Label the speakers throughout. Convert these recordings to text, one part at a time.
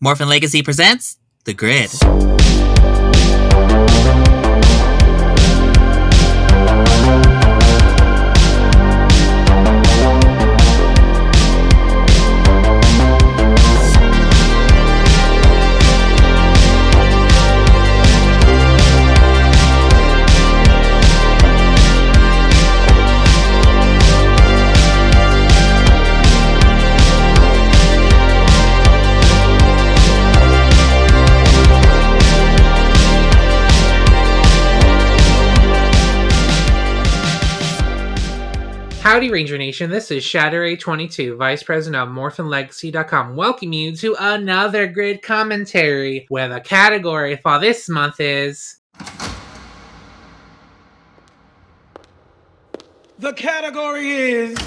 Speaker 1: Morphin Legacy presents The Grid.
Speaker 2: Howdy, Ranger Nation. This is Shatter A22, Vice President of MorphinLegacy.com, welcome you to another grid commentary where the category for this month is.
Speaker 3: The category is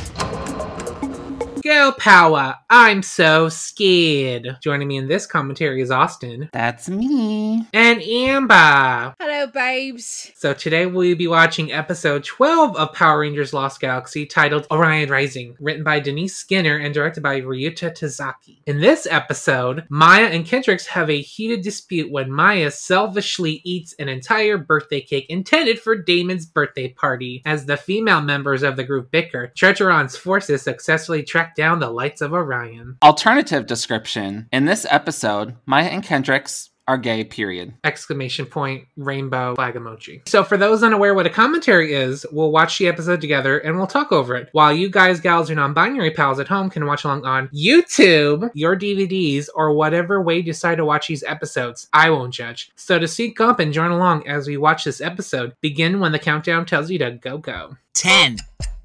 Speaker 2: Go Power! I'm so scared! Joining me in this commentary is Austin
Speaker 4: That's me.
Speaker 2: and Amber.
Speaker 5: Hello, babes.
Speaker 2: So today we'll be watching episode 12 of Power Rangers Lost Galaxy titled Orion Rising, written by Denise Skinner and directed by Ryuta Tazaki. In this episode, Maya and Kendricks have a heated dispute when Maya selfishly eats an entire birthday cake intended for Damon's birthday party. As the female members of the group bicker, Treacheron's forces successfully track down the lights of Orion.
Speaker 4: Alternative description. In this episode, Maya and Kendricks are gay, period.
Speaker 2: exclamation point rainbow flag emoji. So for those unaware what a commentary is, we'll watch the episode together and we'll talk over it. While you guys, gals, or non-binary pals at home can watch along on YouTube, your DVDs, or whatever way you decide to watch these episodes. I won't judge. So to sync up and join along as we watch this episode, begin when the countdown tells you to go go.
Speaker 1: 10,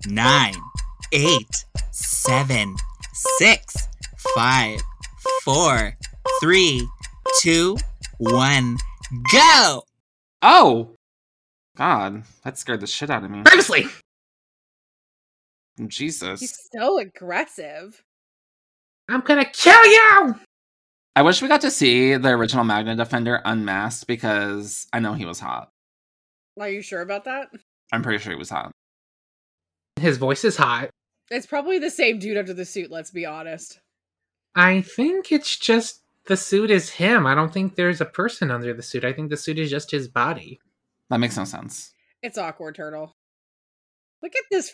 Speaker 1: 9, 8, 7, 6, 5, 4, 3, 2, 1, go!
Speaker 4: Oh! God, that scared the shit out of me.
Speaker 2: Previously!
Speaker 4: Jesus.
Speaker 5: He's so aggressive.
Speaker 2: I'm gonna kill you!
Speaker 4: I wish we got to see the original Magna Defender unmasked because I know he was hot.
Speaker 5: Are you sure about that?
Speaker 4: I'm pretty sure he was hot.
Speaker 2: His voice is hot.
Speaker 5: It's probably the same dude under the suit, let's be honest.
Speaker 2: I think it's just the suit is him. I don't think there's a person under the suit. I think the suit is just his body.
Speaker 4: That makes no sense.
Speaker 5: It's awkward, Turtle. Look at this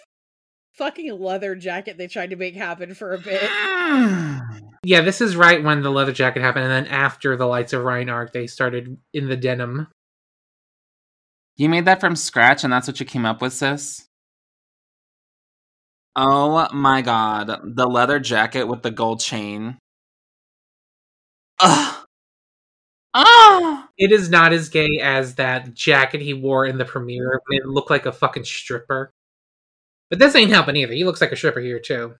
Speaker 5: fucking leather jacket they tried to make happen for a bit.
Speaker 2: Yeah, this is right when the leather jacket happened, and then after the Lights of Rhine arc, they started in the denim.
Speaker 4: You made that from scratch and that's what you came up with, sis? Oh my god. The leather jacket with the gold chain. Ugh. Ah!
Speaker 2: It is not as gay as that jacket he wore in the premiere. It looked like a fucking stripper. But this ain't helping either. He looks like a stripper here, too.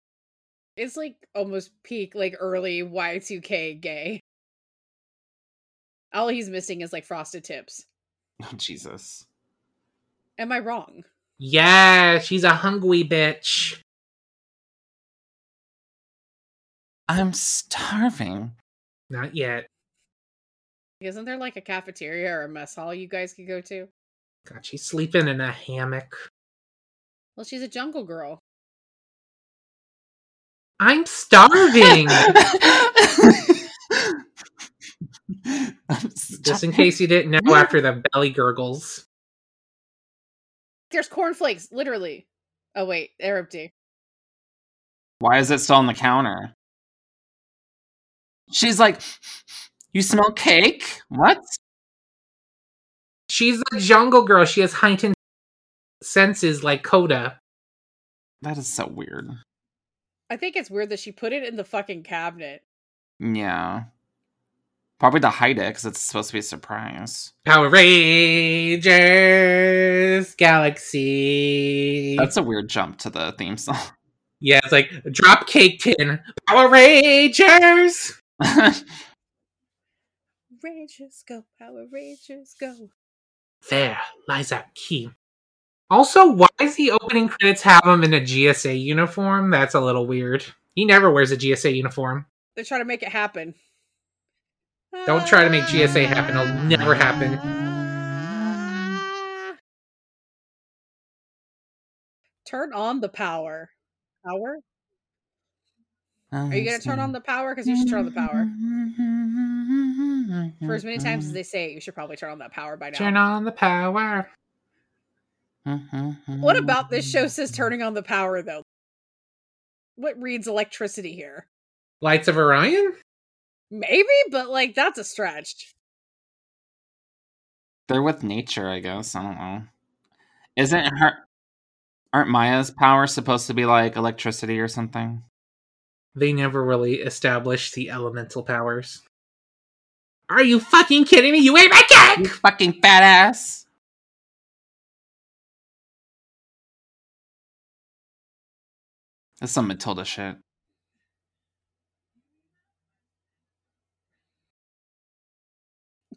Speaker 5: It's like almost peak, like early Y2K gay. All he's missing is like frosted tips.
Speaker 4: Oh, Jesus.
Speaker 5: Am I wrong?
Speaker 2: Yeah, she's a hungry bitch.
Speaker 4: I'm starving.
Speaker 2: Not yet.
Speaker 5: Isn't there like a cafeteria or a mess hall you guys could go to?
Speaker 2: God, she's sleeping in a hammock.
Speaker 5: Well, she's a jungle girl.
Speaker 2: I'm starving!
Speaker 4: I'm starving.
Speaker 2: Just in case you didn't know, after the belly gurgles.
Speaker 5: There's cornflakes, literally. Oh, wait, they're empty.
Speaker 4: Why is it still on the counter? She's like, You smell cake? What?
Speaker 2: She's a jungle girl. She has heightened senses like Coda.
Speaker 4: That is so weird.
Speaker 5: I think it's weird that she put it in the fucking cabinet.
Speaker 4: Yeah. Probably to hide it because it's supposed to be a surprise.
Speaker 2: Power Rangers Galaxy.
Speaker 4: That's a weird jump to the theme song.
Speaker 2: yeah, it's like drop cake tin. Power Rangers.
Speaker 5: Rangers go, Power Rangers go.
Speaker 2: There lies our key. Also, why does the opening credits have him in a GSA uniform? That's a little weird. He never wears a GSA uniform.
Speaker 5: They're trying to make it happen.
Speaker 2: Don't try to make GSA happen. It'll never happen.
Speaker 5: Turn on the power. Power? Are you gonna turn on the power? Because you should turn on the power. For as many times as they say it, you should probably turn on that power by now.
Speaker 2: Turn on the power.
Speaker 5: What about this show says turning on the power though? What reads electricity here?
Speaker 2: Lights of Orion?
Speaker 5: Maybe, but like that's a stretch.
Speaker 4: They're with nature, I guess. I don't know. Isn't her? Aren't Maya's power supposed to be like electricity or something?
Speaker 2: They never really established the elemental powers. Are you fucking kidding me? You ate my
Speaker 4: You
Speaker 2: cake!
Speaker 4: fucking fat ass. That's some Matilda shit.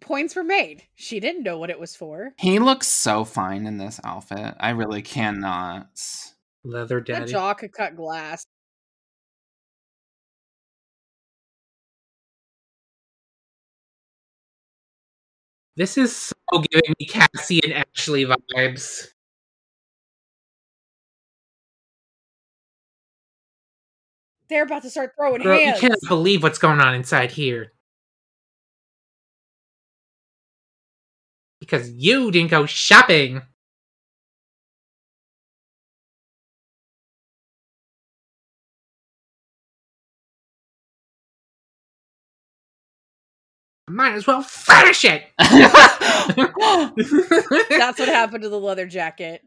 Speaker 5: Points were made. She didn't know what it was for.
Speaker 4: He looks so fine in this outfit. I really cannot.
Speaker 2: Leather
Speaker 5: That
Speaker 2: daddy.
Speaker 5: jaw could cut glass.
Speaker 2: This is so giving me Cassie and Ashley vibes.
Speaker 5: They're about to start throwing
Speaker 2: Girl, you
Speaker 5: hands.
Speaker 2: can't believe what's going on inside here. Because you didn't go shopping. Might as well finish it!
Speaker 5: That's what happened to the leather jacket.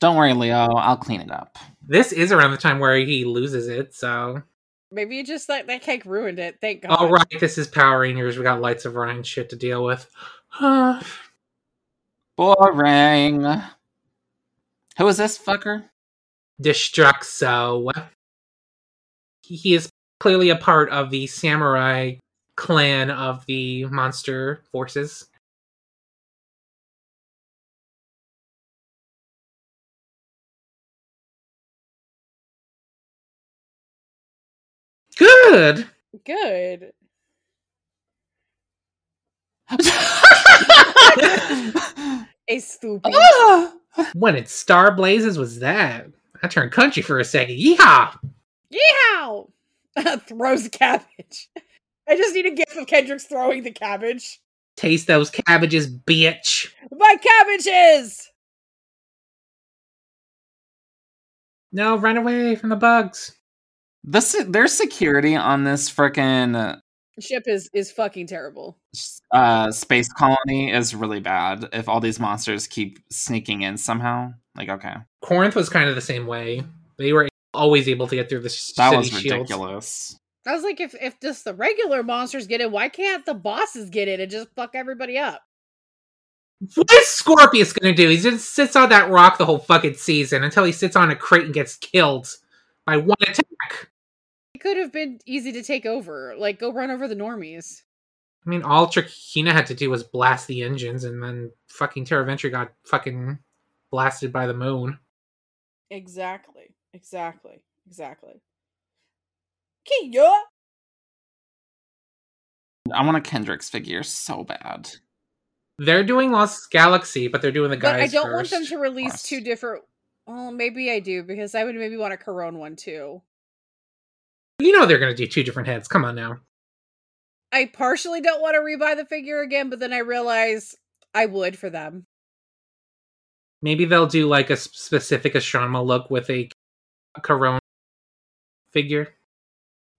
Speaker 4: Don't worry, Leo. I'll clean it up.
Speaker 2: This is around the time where he loses it, so.
Speaker 5: Maybe you just like that cake ruined it. Thank God.
Speaker 2: Alright, this is Power Rangers. We got Lights of Orion shit to deal with.
Speaker 4: Boring. Who is this fucker?
Speaker 2: Destruxo. He- He is clearly a part of the samurai clan of the monster forces. Good.
Speaker 5: Good. A stupid.
Speaker 2: Oh! When it star blazes was that? I turned country for a second. Yeehaw!
Speaker 5: Yeehaw! Throws a cabbage. I just need a gif of Kendrick's throwing the cabbage.
Speaker 2: Taste those cabbages, bitch.
Speaker 5: My cabbages!
Speaker 2: No, run away from the bugs.
Speaker 4: the se- their security on this frickin'
Speaker 5: Ship is is fucking terrible.
Speaker 4: uh, space colony is really bad. If all these monsters keep sneaking in somehow, like okay,
Speaker 2: Corinth was kind of the same way. They were always able to get through the
Speaker 4: that
Speaker 2: city
Speaker 4: was
Speaker 2: shields.
Speaker 4: ridiculous.
Speaker 5: I was like, if if just the regular monsters get in, why can't the bosses get in and just fuck everybody up?
Speaker 2: What is Scorpius gonna do? He just sits on that rock the whole fucking season until he sits on a crate and gets killed by one attack.
Speaker 5: It could have been easy to take over. Like, go run over the normies.
Speaker 2: I mean, all Trakina had to do was blast the engines, and then fucking Terraventry got fucking blasted by the moon.
Speaker 5: Exactly. Exactly. Exactly. Kia!
Speaker 4: I want a Kendrick's figure so bad.
Speaker 2: They're doing Lost Galaxy, but they're doing the
Speaker 5: But
Speaker 2: guys
Speaker 5: I don't want
Speaker 2: first.
Speaker 5: them to release
Speaker 4: course.
Speaker 5: two different. Well, maybe I do because I would maybe want a Corone one too.
Speaker 2: You know they're gonna do two different heads. Come on now.
Speaker 5: I partially don't want to rebuy the figure again, but then I realize I would for them.
Speaker 2: Maybe they'll do like a s- specific Ashrama look with a Corona figure.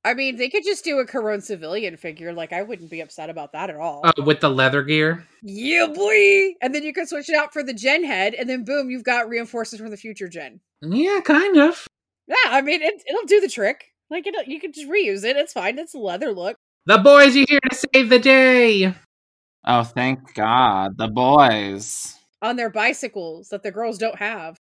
Speaker 5: I mean, they could just do a Corone civilian figure. Like I wouldn't be upset about that at all.
Speaker 2: Oh, with the leather gear.
Speaker 5: yeah, boy! And then you could switch it out for the Gen head, and then boom, you've got reinforcements from the future Gen.
Speaker 2: Yeah, kind of.
Speaker 5: Yeah, I mean, it, it'll do the trick. Like it, you could just reuse it. It's fine. It's a leather look.
Speaker 2: The boys are here to save the day.
Speaker 4: Oh, thank God, the boys.
Speaker 5: on their bicycles that the girls don't have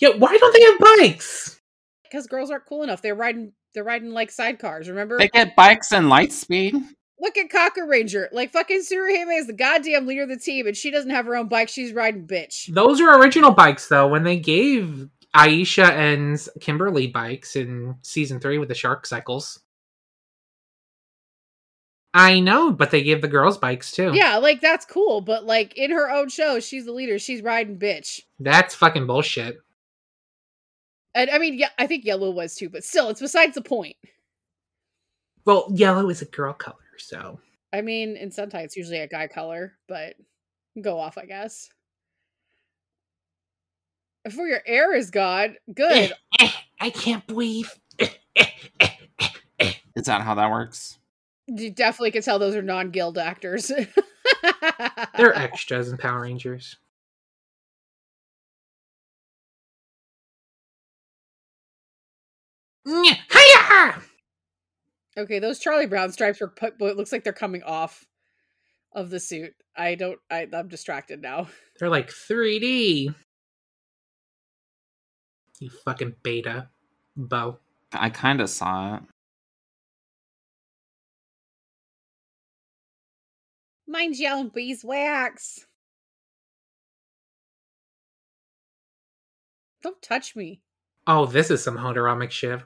Speaker 2: Yeah, why don't they have bikes?
Speaker 5: because girls aren't cool enough. They're riding they're riding like sidecars. Remember?
Speaker 4: They get bikes and light speed.
Speaker 5: Look at Cocker Ranger. Like fucking Tsuruhime is the goddamn leader of the team, and she doesn't have her own bike. She's riding bitch.
Speaker 2: Those are original bikes, though. When they gave Aisha and Kimberly bikes in season three with the shark cycles. I know, but they gave the girls bikes too.
Speaker 5: Yeah, like that's cool, but like in her own show, she's the leader. She's riding bitch.
Speaker 2: That's fucking bullshit.
Speaker 5: And I mean, yeah, I think Yellow was too, but still, it's besides the point.
Speaker 2: Well, yellow is a girl color, so
Speaker 5: I mean, in Sentai, it's usually a guy color, but go off, I guess. For your air is gone. Good.
Speaker 2: I can't breathe.
Speaker 4: Is that how that works?
Speaker 5: you definitely can tell those are non guild actors.
Speaker 2: They're extras in Power Rangers. Nyah, hi-yah!
Speaker 5: Okay, those Charlie Brown stripes were put, but it looks like they're coming off of the suit. I don't. I, I'm distracted now.
Speaker 2: They're like 3D. You fucking beta, Bo.
Speaker 4: I kind of saw it.
Speaker 5: Mind your own beeswax. Don't touch me.
Speaker 2: Oh, this is some hodoramic shit.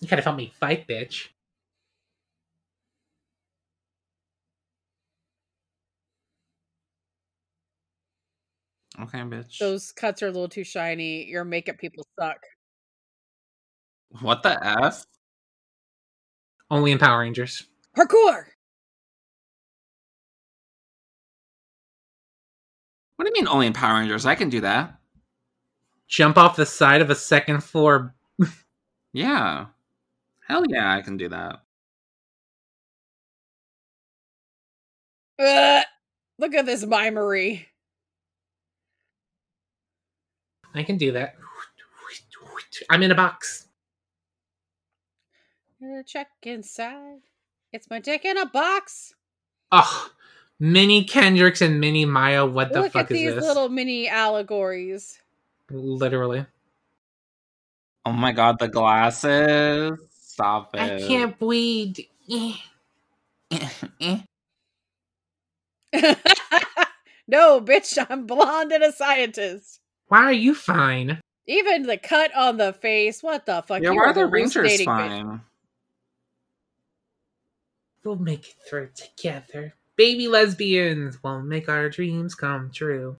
Speaker 2: You gotta help me fight, bitch.
Speaker 4: Okay, bitch.
Speaker 5: Those cuts are a little too shiny. Your makeup people suck.
Speaker 4: What the f?
Speaker 2: Only in Power Rangers.
Speaker 5: Parkour.
Speaker 4: What do you mean only in Power Rangers? I can do that.
Speaker 2: Jump off the side of a second floor.
Speaker 4: Yeah. Hell yeah, I can do that.
Speaker 5: Ugh. Look at this mimery.
Speaker 2: I can do that. I'm in a box.
Speaker 5: Uh, Check inside. It's my dick in a box.
Speaker 2: Oh, mini Kendricks and mini Maya. What the
Speaker 5: Look
Speaker 2: fuck
Speaker 5: at
Speaker 2: is
Speaker 5: these
Speaker 2: this?
Speaker 5: little mini allegories.
Speaker 2: Literally.
Speaker 4: Oh my god, the glasses. Stop it.
Speaker 2: I can't breathe. Eh.
Speaker 5: no, bitch, I'm blonde and a scientist.
Speaker 2: Why are you fine?
Speaker 5: Even the cut on the face. What the fuck?
Speaker 4: yeah,
Speaker 5: You
Speaker 4: why
Speaker 5: are
Speaker 4: are the Rangers
Speaker 5: hallucinating, bitch.
Speaker 4: fine?
Speaker 2: We'll make it through together. Baby lesbians will make our dreams come true.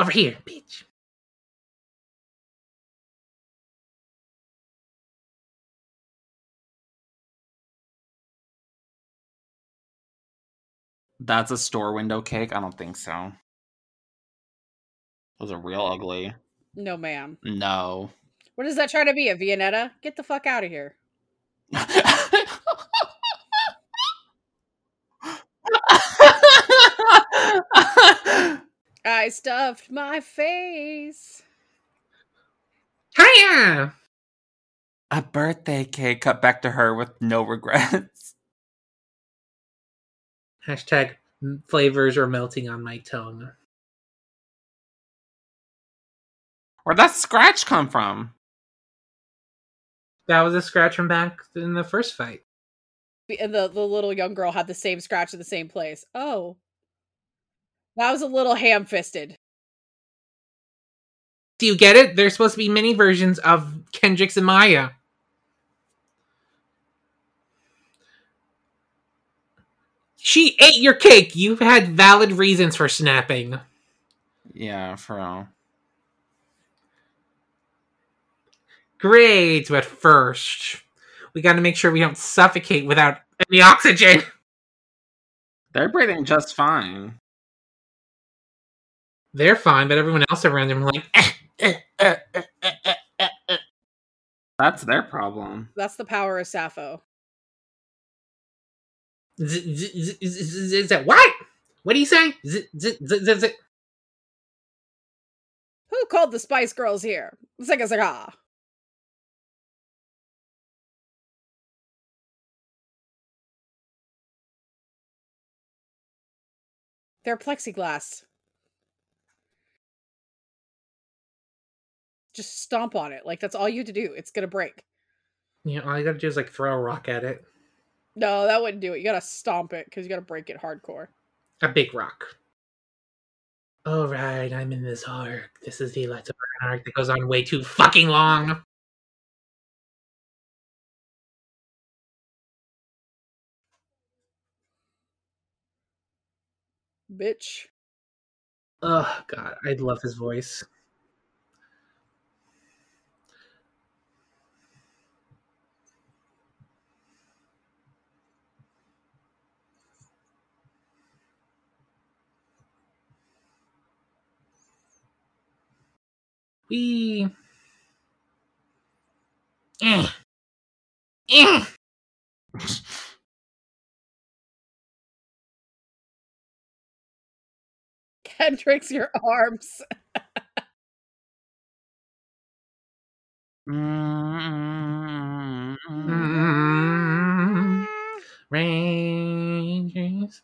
Speaker 2: Over here, bitch.
Speaker 4: That's a store window cake? I don't think so. Those are real ugly.
Speaker 5: No, ma'am.
Speaker 4: No.
Speaker 5: What is that trying to be? A Viennetta? Get the fuck out of here. I stuffed my face.
Speaker 2: Hiya!
Speaker 4: a birthday cake cut back to her with no regrets.
Speaker 2: Hashtag m- flavors are melting on my tongue.
Speaker 4: Where'd that scratch come from?
Speaker 2: That was a scratch from back in the first fight.
Speaker 5: Be- And the, the little young girl had the same scratch in the same place. Oh. That was a little ham fisted.
Speaker 2: Do you get it? There's supposed to be mini versions of Kendrick's and Maya. She ate your cake. You've had valid reasons for snapping.
Speaker 4: Yeah, for real.
Speaker 2: Great, but first, we got to make sure we don't suffocate without any oxygen.
Speaker 4: They're breathing just fine.
Speaker 2: They're fine, but everyone else around them like, "Eh, eh, eh, eh, eh, eh, eh, eh."
Speaker 4: That's their problem.
Speaker 5: That's the power of Sappho.
Speaker 2: Z- z- z- z- z- z- z- what? What do you say? Z- z- z- z- z-
Speaker 5: Who called the Spice Girls here? Zigga zigga. They're plexiglass. Just stomp on it. Like that's all you have to do. It's gonna break.
Speaker 2: You know, all you gotta do is like throw a rock at it.
Speaker 5: No, that wouldn't do it. You gotta stomp it because you gotta break it hardcore.
Speaker 2: a big rock. All right, I'm in this arc. This is the Electro arc that goes on way too fucking long.
Speaker 5: bitch.
Speaker 2: Oh god, I love his voice. We Eh. Eh.
Speaker 5: Kendrick's your arms.
Speaker 2: Mm. Rangers,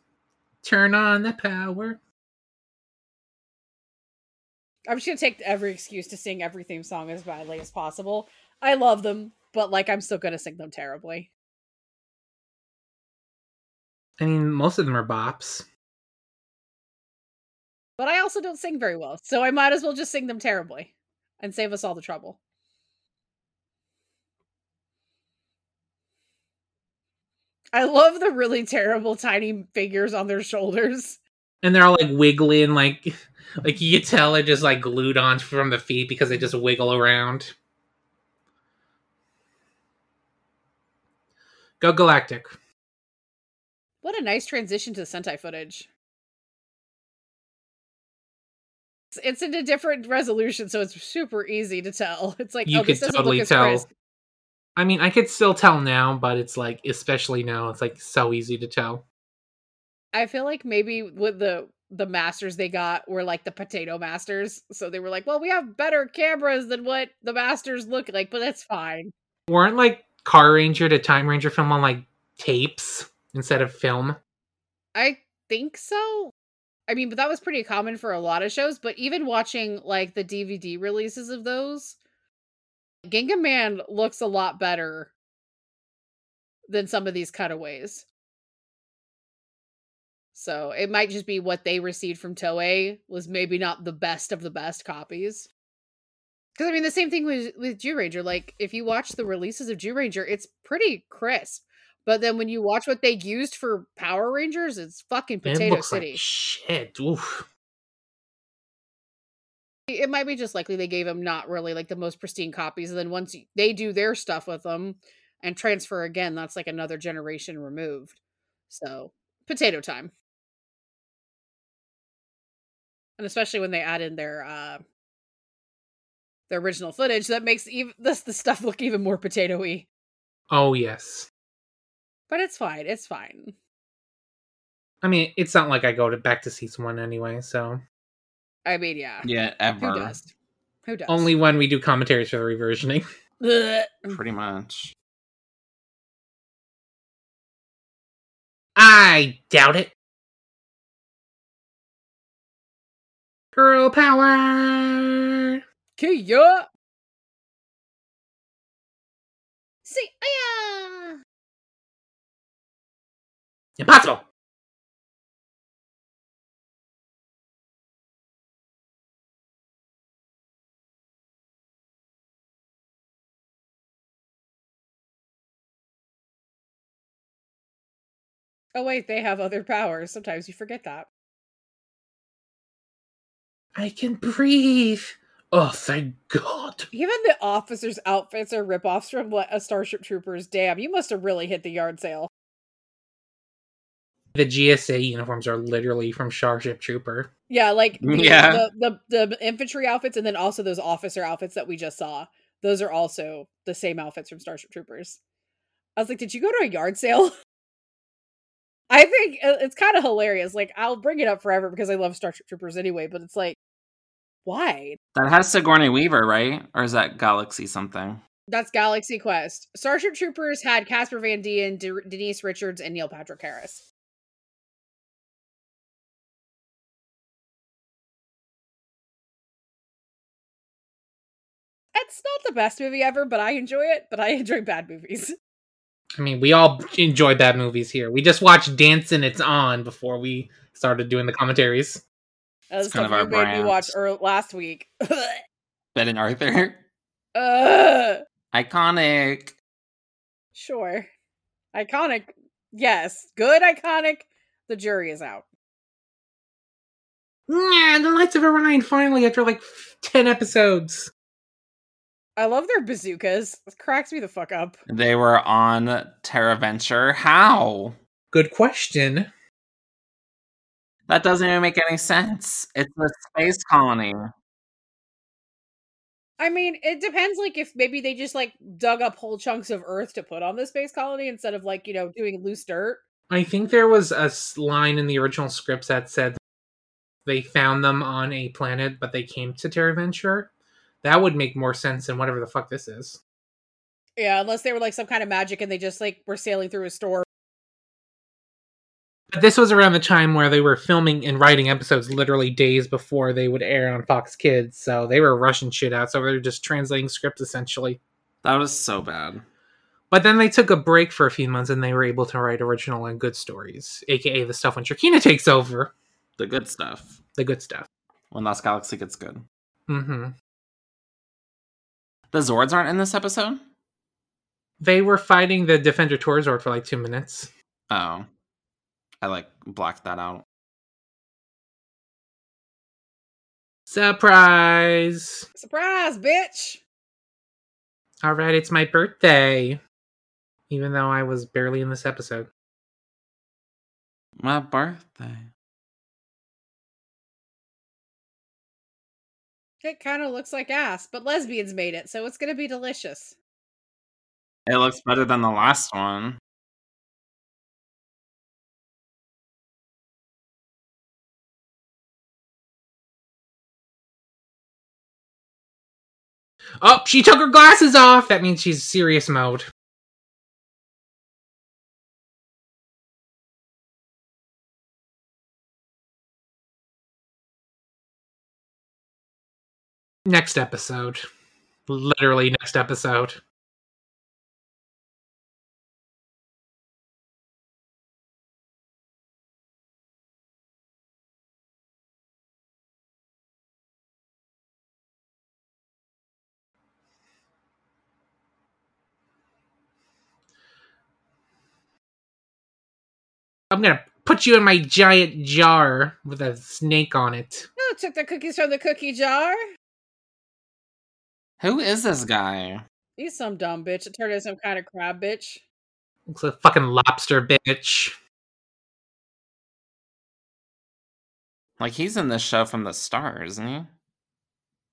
Speaker 2: turn on the power.
Speaker 5: I'm just gonna take every excuse to sing every theme song as badly as possible. I love them, but like I'm still gonna sing them terribly.
Speaker 2: I mean, most of them are bops.
Speaker 5: But I also don't sing very well, so I might as well just sing them terribly and save us all the trouble. I love the really terrible tiny figures on their shoulders.
Speaker 2: and they're all like wiggly and like like you could tell they're just like glued on from the feet because they just wiggle around. Go Galactic.
Speaker 5: What a nice transition to Sentai footage. It's- It's in a different resolution, so it's super easy to tell. It's like
Speaker 2: You
Speaker 5: oh, this
Speaker 2: could
Speaker 5: doesn't
Speaker 2: totally
Speaker 5: look as
Speaker 2: tell.
Speaker 5: crisp.
Speaker 2: I mean, I could still tell now, but it's like especially now, it's like so easy to tell.
Speaker 5: I feel like maybe with the the masters they got were like the potato masters, so they were like, well, we have better cameras than what the masters look like, but that's fine.
Speaker 2: Weren't like Car Ranger to Time Ranger film on like tapes instead of film?
Speaker 5: I think so. I mean, but that was pretty common for a lot of shows. But even watching like the DVD releases of those, Gingham Man looks a lot better than some of these cutaways. So it might just be what they received from Toei was maybe not the best of the best copies. Because I mean, the same thing with with Jew Ranger. Like if you watch the releases of Jew Ranger, it's pretty crisp. But then when you watch what they used for Power Rangers, it's fucking
Speaker 2: Man,
Speaker 5: Potato City.
Speaker 2: like shit. Oof.
Speaker 5: it might be just likely they gave him not really like the most pristine copies and then once y- they do their stuff with them and transfer again that's like another generation removed so potato time and especially when they add in their uh their original footage that makes even this the stuff look even more potatoy
Speaker 2: Oh yes.
Speaker 5: but it's fine it's fine
Speaker 2: I mean, it's not like I go to back to season one anyway, so
Speaker 5: i mean yeah
Speaker 4: Yeah,
Speaker 5: who
Speaker 4: ever.
Speaker 5: does who does
Speaker 2: only when we do commentaries for the reversioning.
Speaker 5: Blech.
Speaker 4: Pretty much.
Speaker 2: I doubt it. Girl power.
Speaker 5: Kia. See, yeah.
Speaker 2: Impossible.
Speaker 5: Oh wait, they have other powers. Sometimes you forget that.
Speaker 2: I can breathe. Oh, thank God.
Speaker 5: Even the officers' outfits are ripoffs from what a Starship Troopers. Damn, you must have really hit the yard sale.
Speaker 2: The GSA uniforms are literally from Starship Trooper.
Speaker 5: Yeah, like the,
Speaker 4: Yeah.
Speaker 5: the, the the infantry outfits, and then also those officer outfits that we just saw. Those are also the same outfits from Starship Troopers. I was like, did you go to a yard sale? I think it- it's kind of hilarious. Like, I'll bring it up forever because I love Starship Troopers anyway. But it's like, why?
Speaker 4: That has Sigourney Weaver, right? Or is that Galaxy something?
Speaker 5: That's Galaxy Quest. Starship Troopers had Casper Van Dien, De- Denise Richards, and Neil Patrick Harris. It's not the best movie ever, but I enjoy it. But I enjoy bad movies.
Speaker 2: I mean, we all enjoy bad movies here. We just watched Dancing It's On before we started doing the commentaries.
Speaker 5: Uh,
Speaker 4: It's
Speaker 5: stuff
Speaker 4: kind of our
Speaker 5: you made me watch
Speaker 4: brands.
Speaker 5: ear- last week.
Speaker 4: Ben and Arthur.
Speaker 5: Ugh.
Speaker 4: Iconic.
Speaker 5: sure, iconic. Yes, good iconic. The jury is out.
Speaker 2: "Nah, the Lights of Orion finally after like f- 10 episodes.
Speaker 5: I love their bazookas. It cracks me the fuck up.
Speaker 4: They were on Terra Venture. How?
Speaker 2: Good question.
Speaker 4: That doesn't even make any sense. It's a space colony.
Speaker 5: I mean, it depends. Like, if maybe they just like dug up whole chunks of Earth to put on the space colony instead of like you know doing loose dirt.
Speaker 2: I think there was a s- line in the original scripts that said they found them on a planet, but they came to Terra Venture. That would make more sense than whatever the fuck this is.
Speaker 5: Yeah, unless they were like some kind of magic and they just like were sailing through a storm.
Speaker 2: But this was around the time where they were filming and writing episodes literally days before they would air on Fox Kids, so they were rushing shit out. So they were just translating scripts essentially.
Speaker 4: That was so bad.
Speaker 2: But then they took a break for a few months and they were able to write original and good stories, aka the stuff when Trakina takes over,
Speaker 4: The good stuff.
Speaker 2: the good stuff.
Speaker 4: When Lost Galaxy gets good.
Speaker 2: hmm
Speaker 4: The Zords aren't in this episode?
Speaker 2: They were fighting the Defender Torzord for like two minutes.
Speaker 4: Oh. I like blocked that out.
Speaker 2: Surprise!
Speaker 5: Surprise, bitch!
Speaker 2: All right, it's my birthday. Even though I was barely in this episode.
Speaker 4: My birthday.
Speaker 5: It kind of looks like ass, but lesbians made it, so it's gonna be delicious.
Speaker 4: It looks better than the last one.
Speaker 2: Oh, she took her glasses off! That means she's serious mode. Next episode. Literally next episode. I'm gonna put you in my giant jar with a snake on it.
Speaker 5: Oh, took the cookies from the cookie jar.
Speaker 4: Who is this guy?
Speaker 5: He's some dumb bitch. It turned into some kind of crab bitch.
Speaker 2: Looks like a fucking lobster bitch.
Speaker 4: Like he's in this show from the start, isn't he?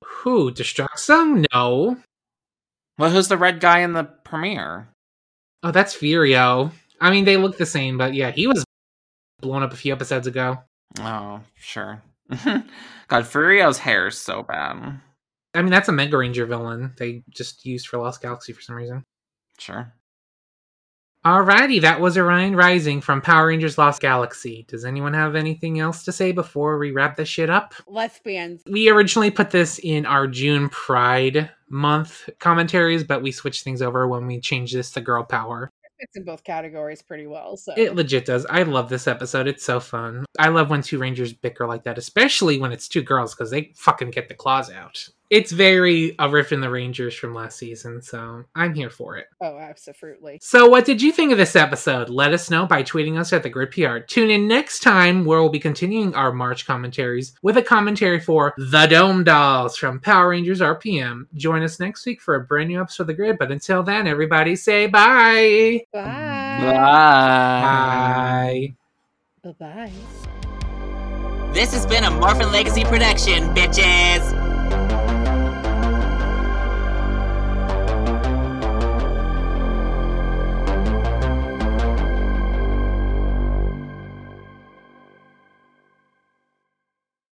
Speaker 2: Who? Destruxum? No.
Speaker 4: Well, who's the red guy in the premiere?
Speaker 2: Oh, that's Furio. I mean, they look the same, but yeah, he was blown up a few episodes ago.
Speaker 4: Oh, sure. God, Furio's hair is so bad.
Speaker 2: I mean, that's a Mega Ranger villain they just used for Lost Galaxy for some reason.
Speaker 4: Sure.
Speaker 2: Alrighty, that was Orion Rising from Power Rangers Lost Galaxy. Does anyone have anything else to say before we wrap this shit up?
Speaker 5: Lesbians.
Speaker 2: We originally put this in our June Pride month commentaries, but we switched things over when we changed this to Girl Power.
Speaker 5: It's in both categories pretty well. So
Speaker 2: It legit does. I love this episode. It's so fun. I love when two rangers bicker like that, especially when it's two girls because they fucking get the claws out. It's very a riff in the Rangers from last season, so I'm here for it.
Speaker 5: oh, absolutely.
Speaker 2: So, what did you think of this episode? Let us know by tweeting us at the Grid PR. Tune in next time where we'll be continuing our March commentaries with a commentary for The Dome Dolls from Power Rangers RPM. Join us next week for a brand new episode of The Grid, but until then, everybody say bye.
Speaker 5: Bye.
Speaker 4: Bye.
Speaker 2: Bye.
Speaker 5: Bye. Bye.
Speaker 1: This has been a Morphin Legacy production, bitches.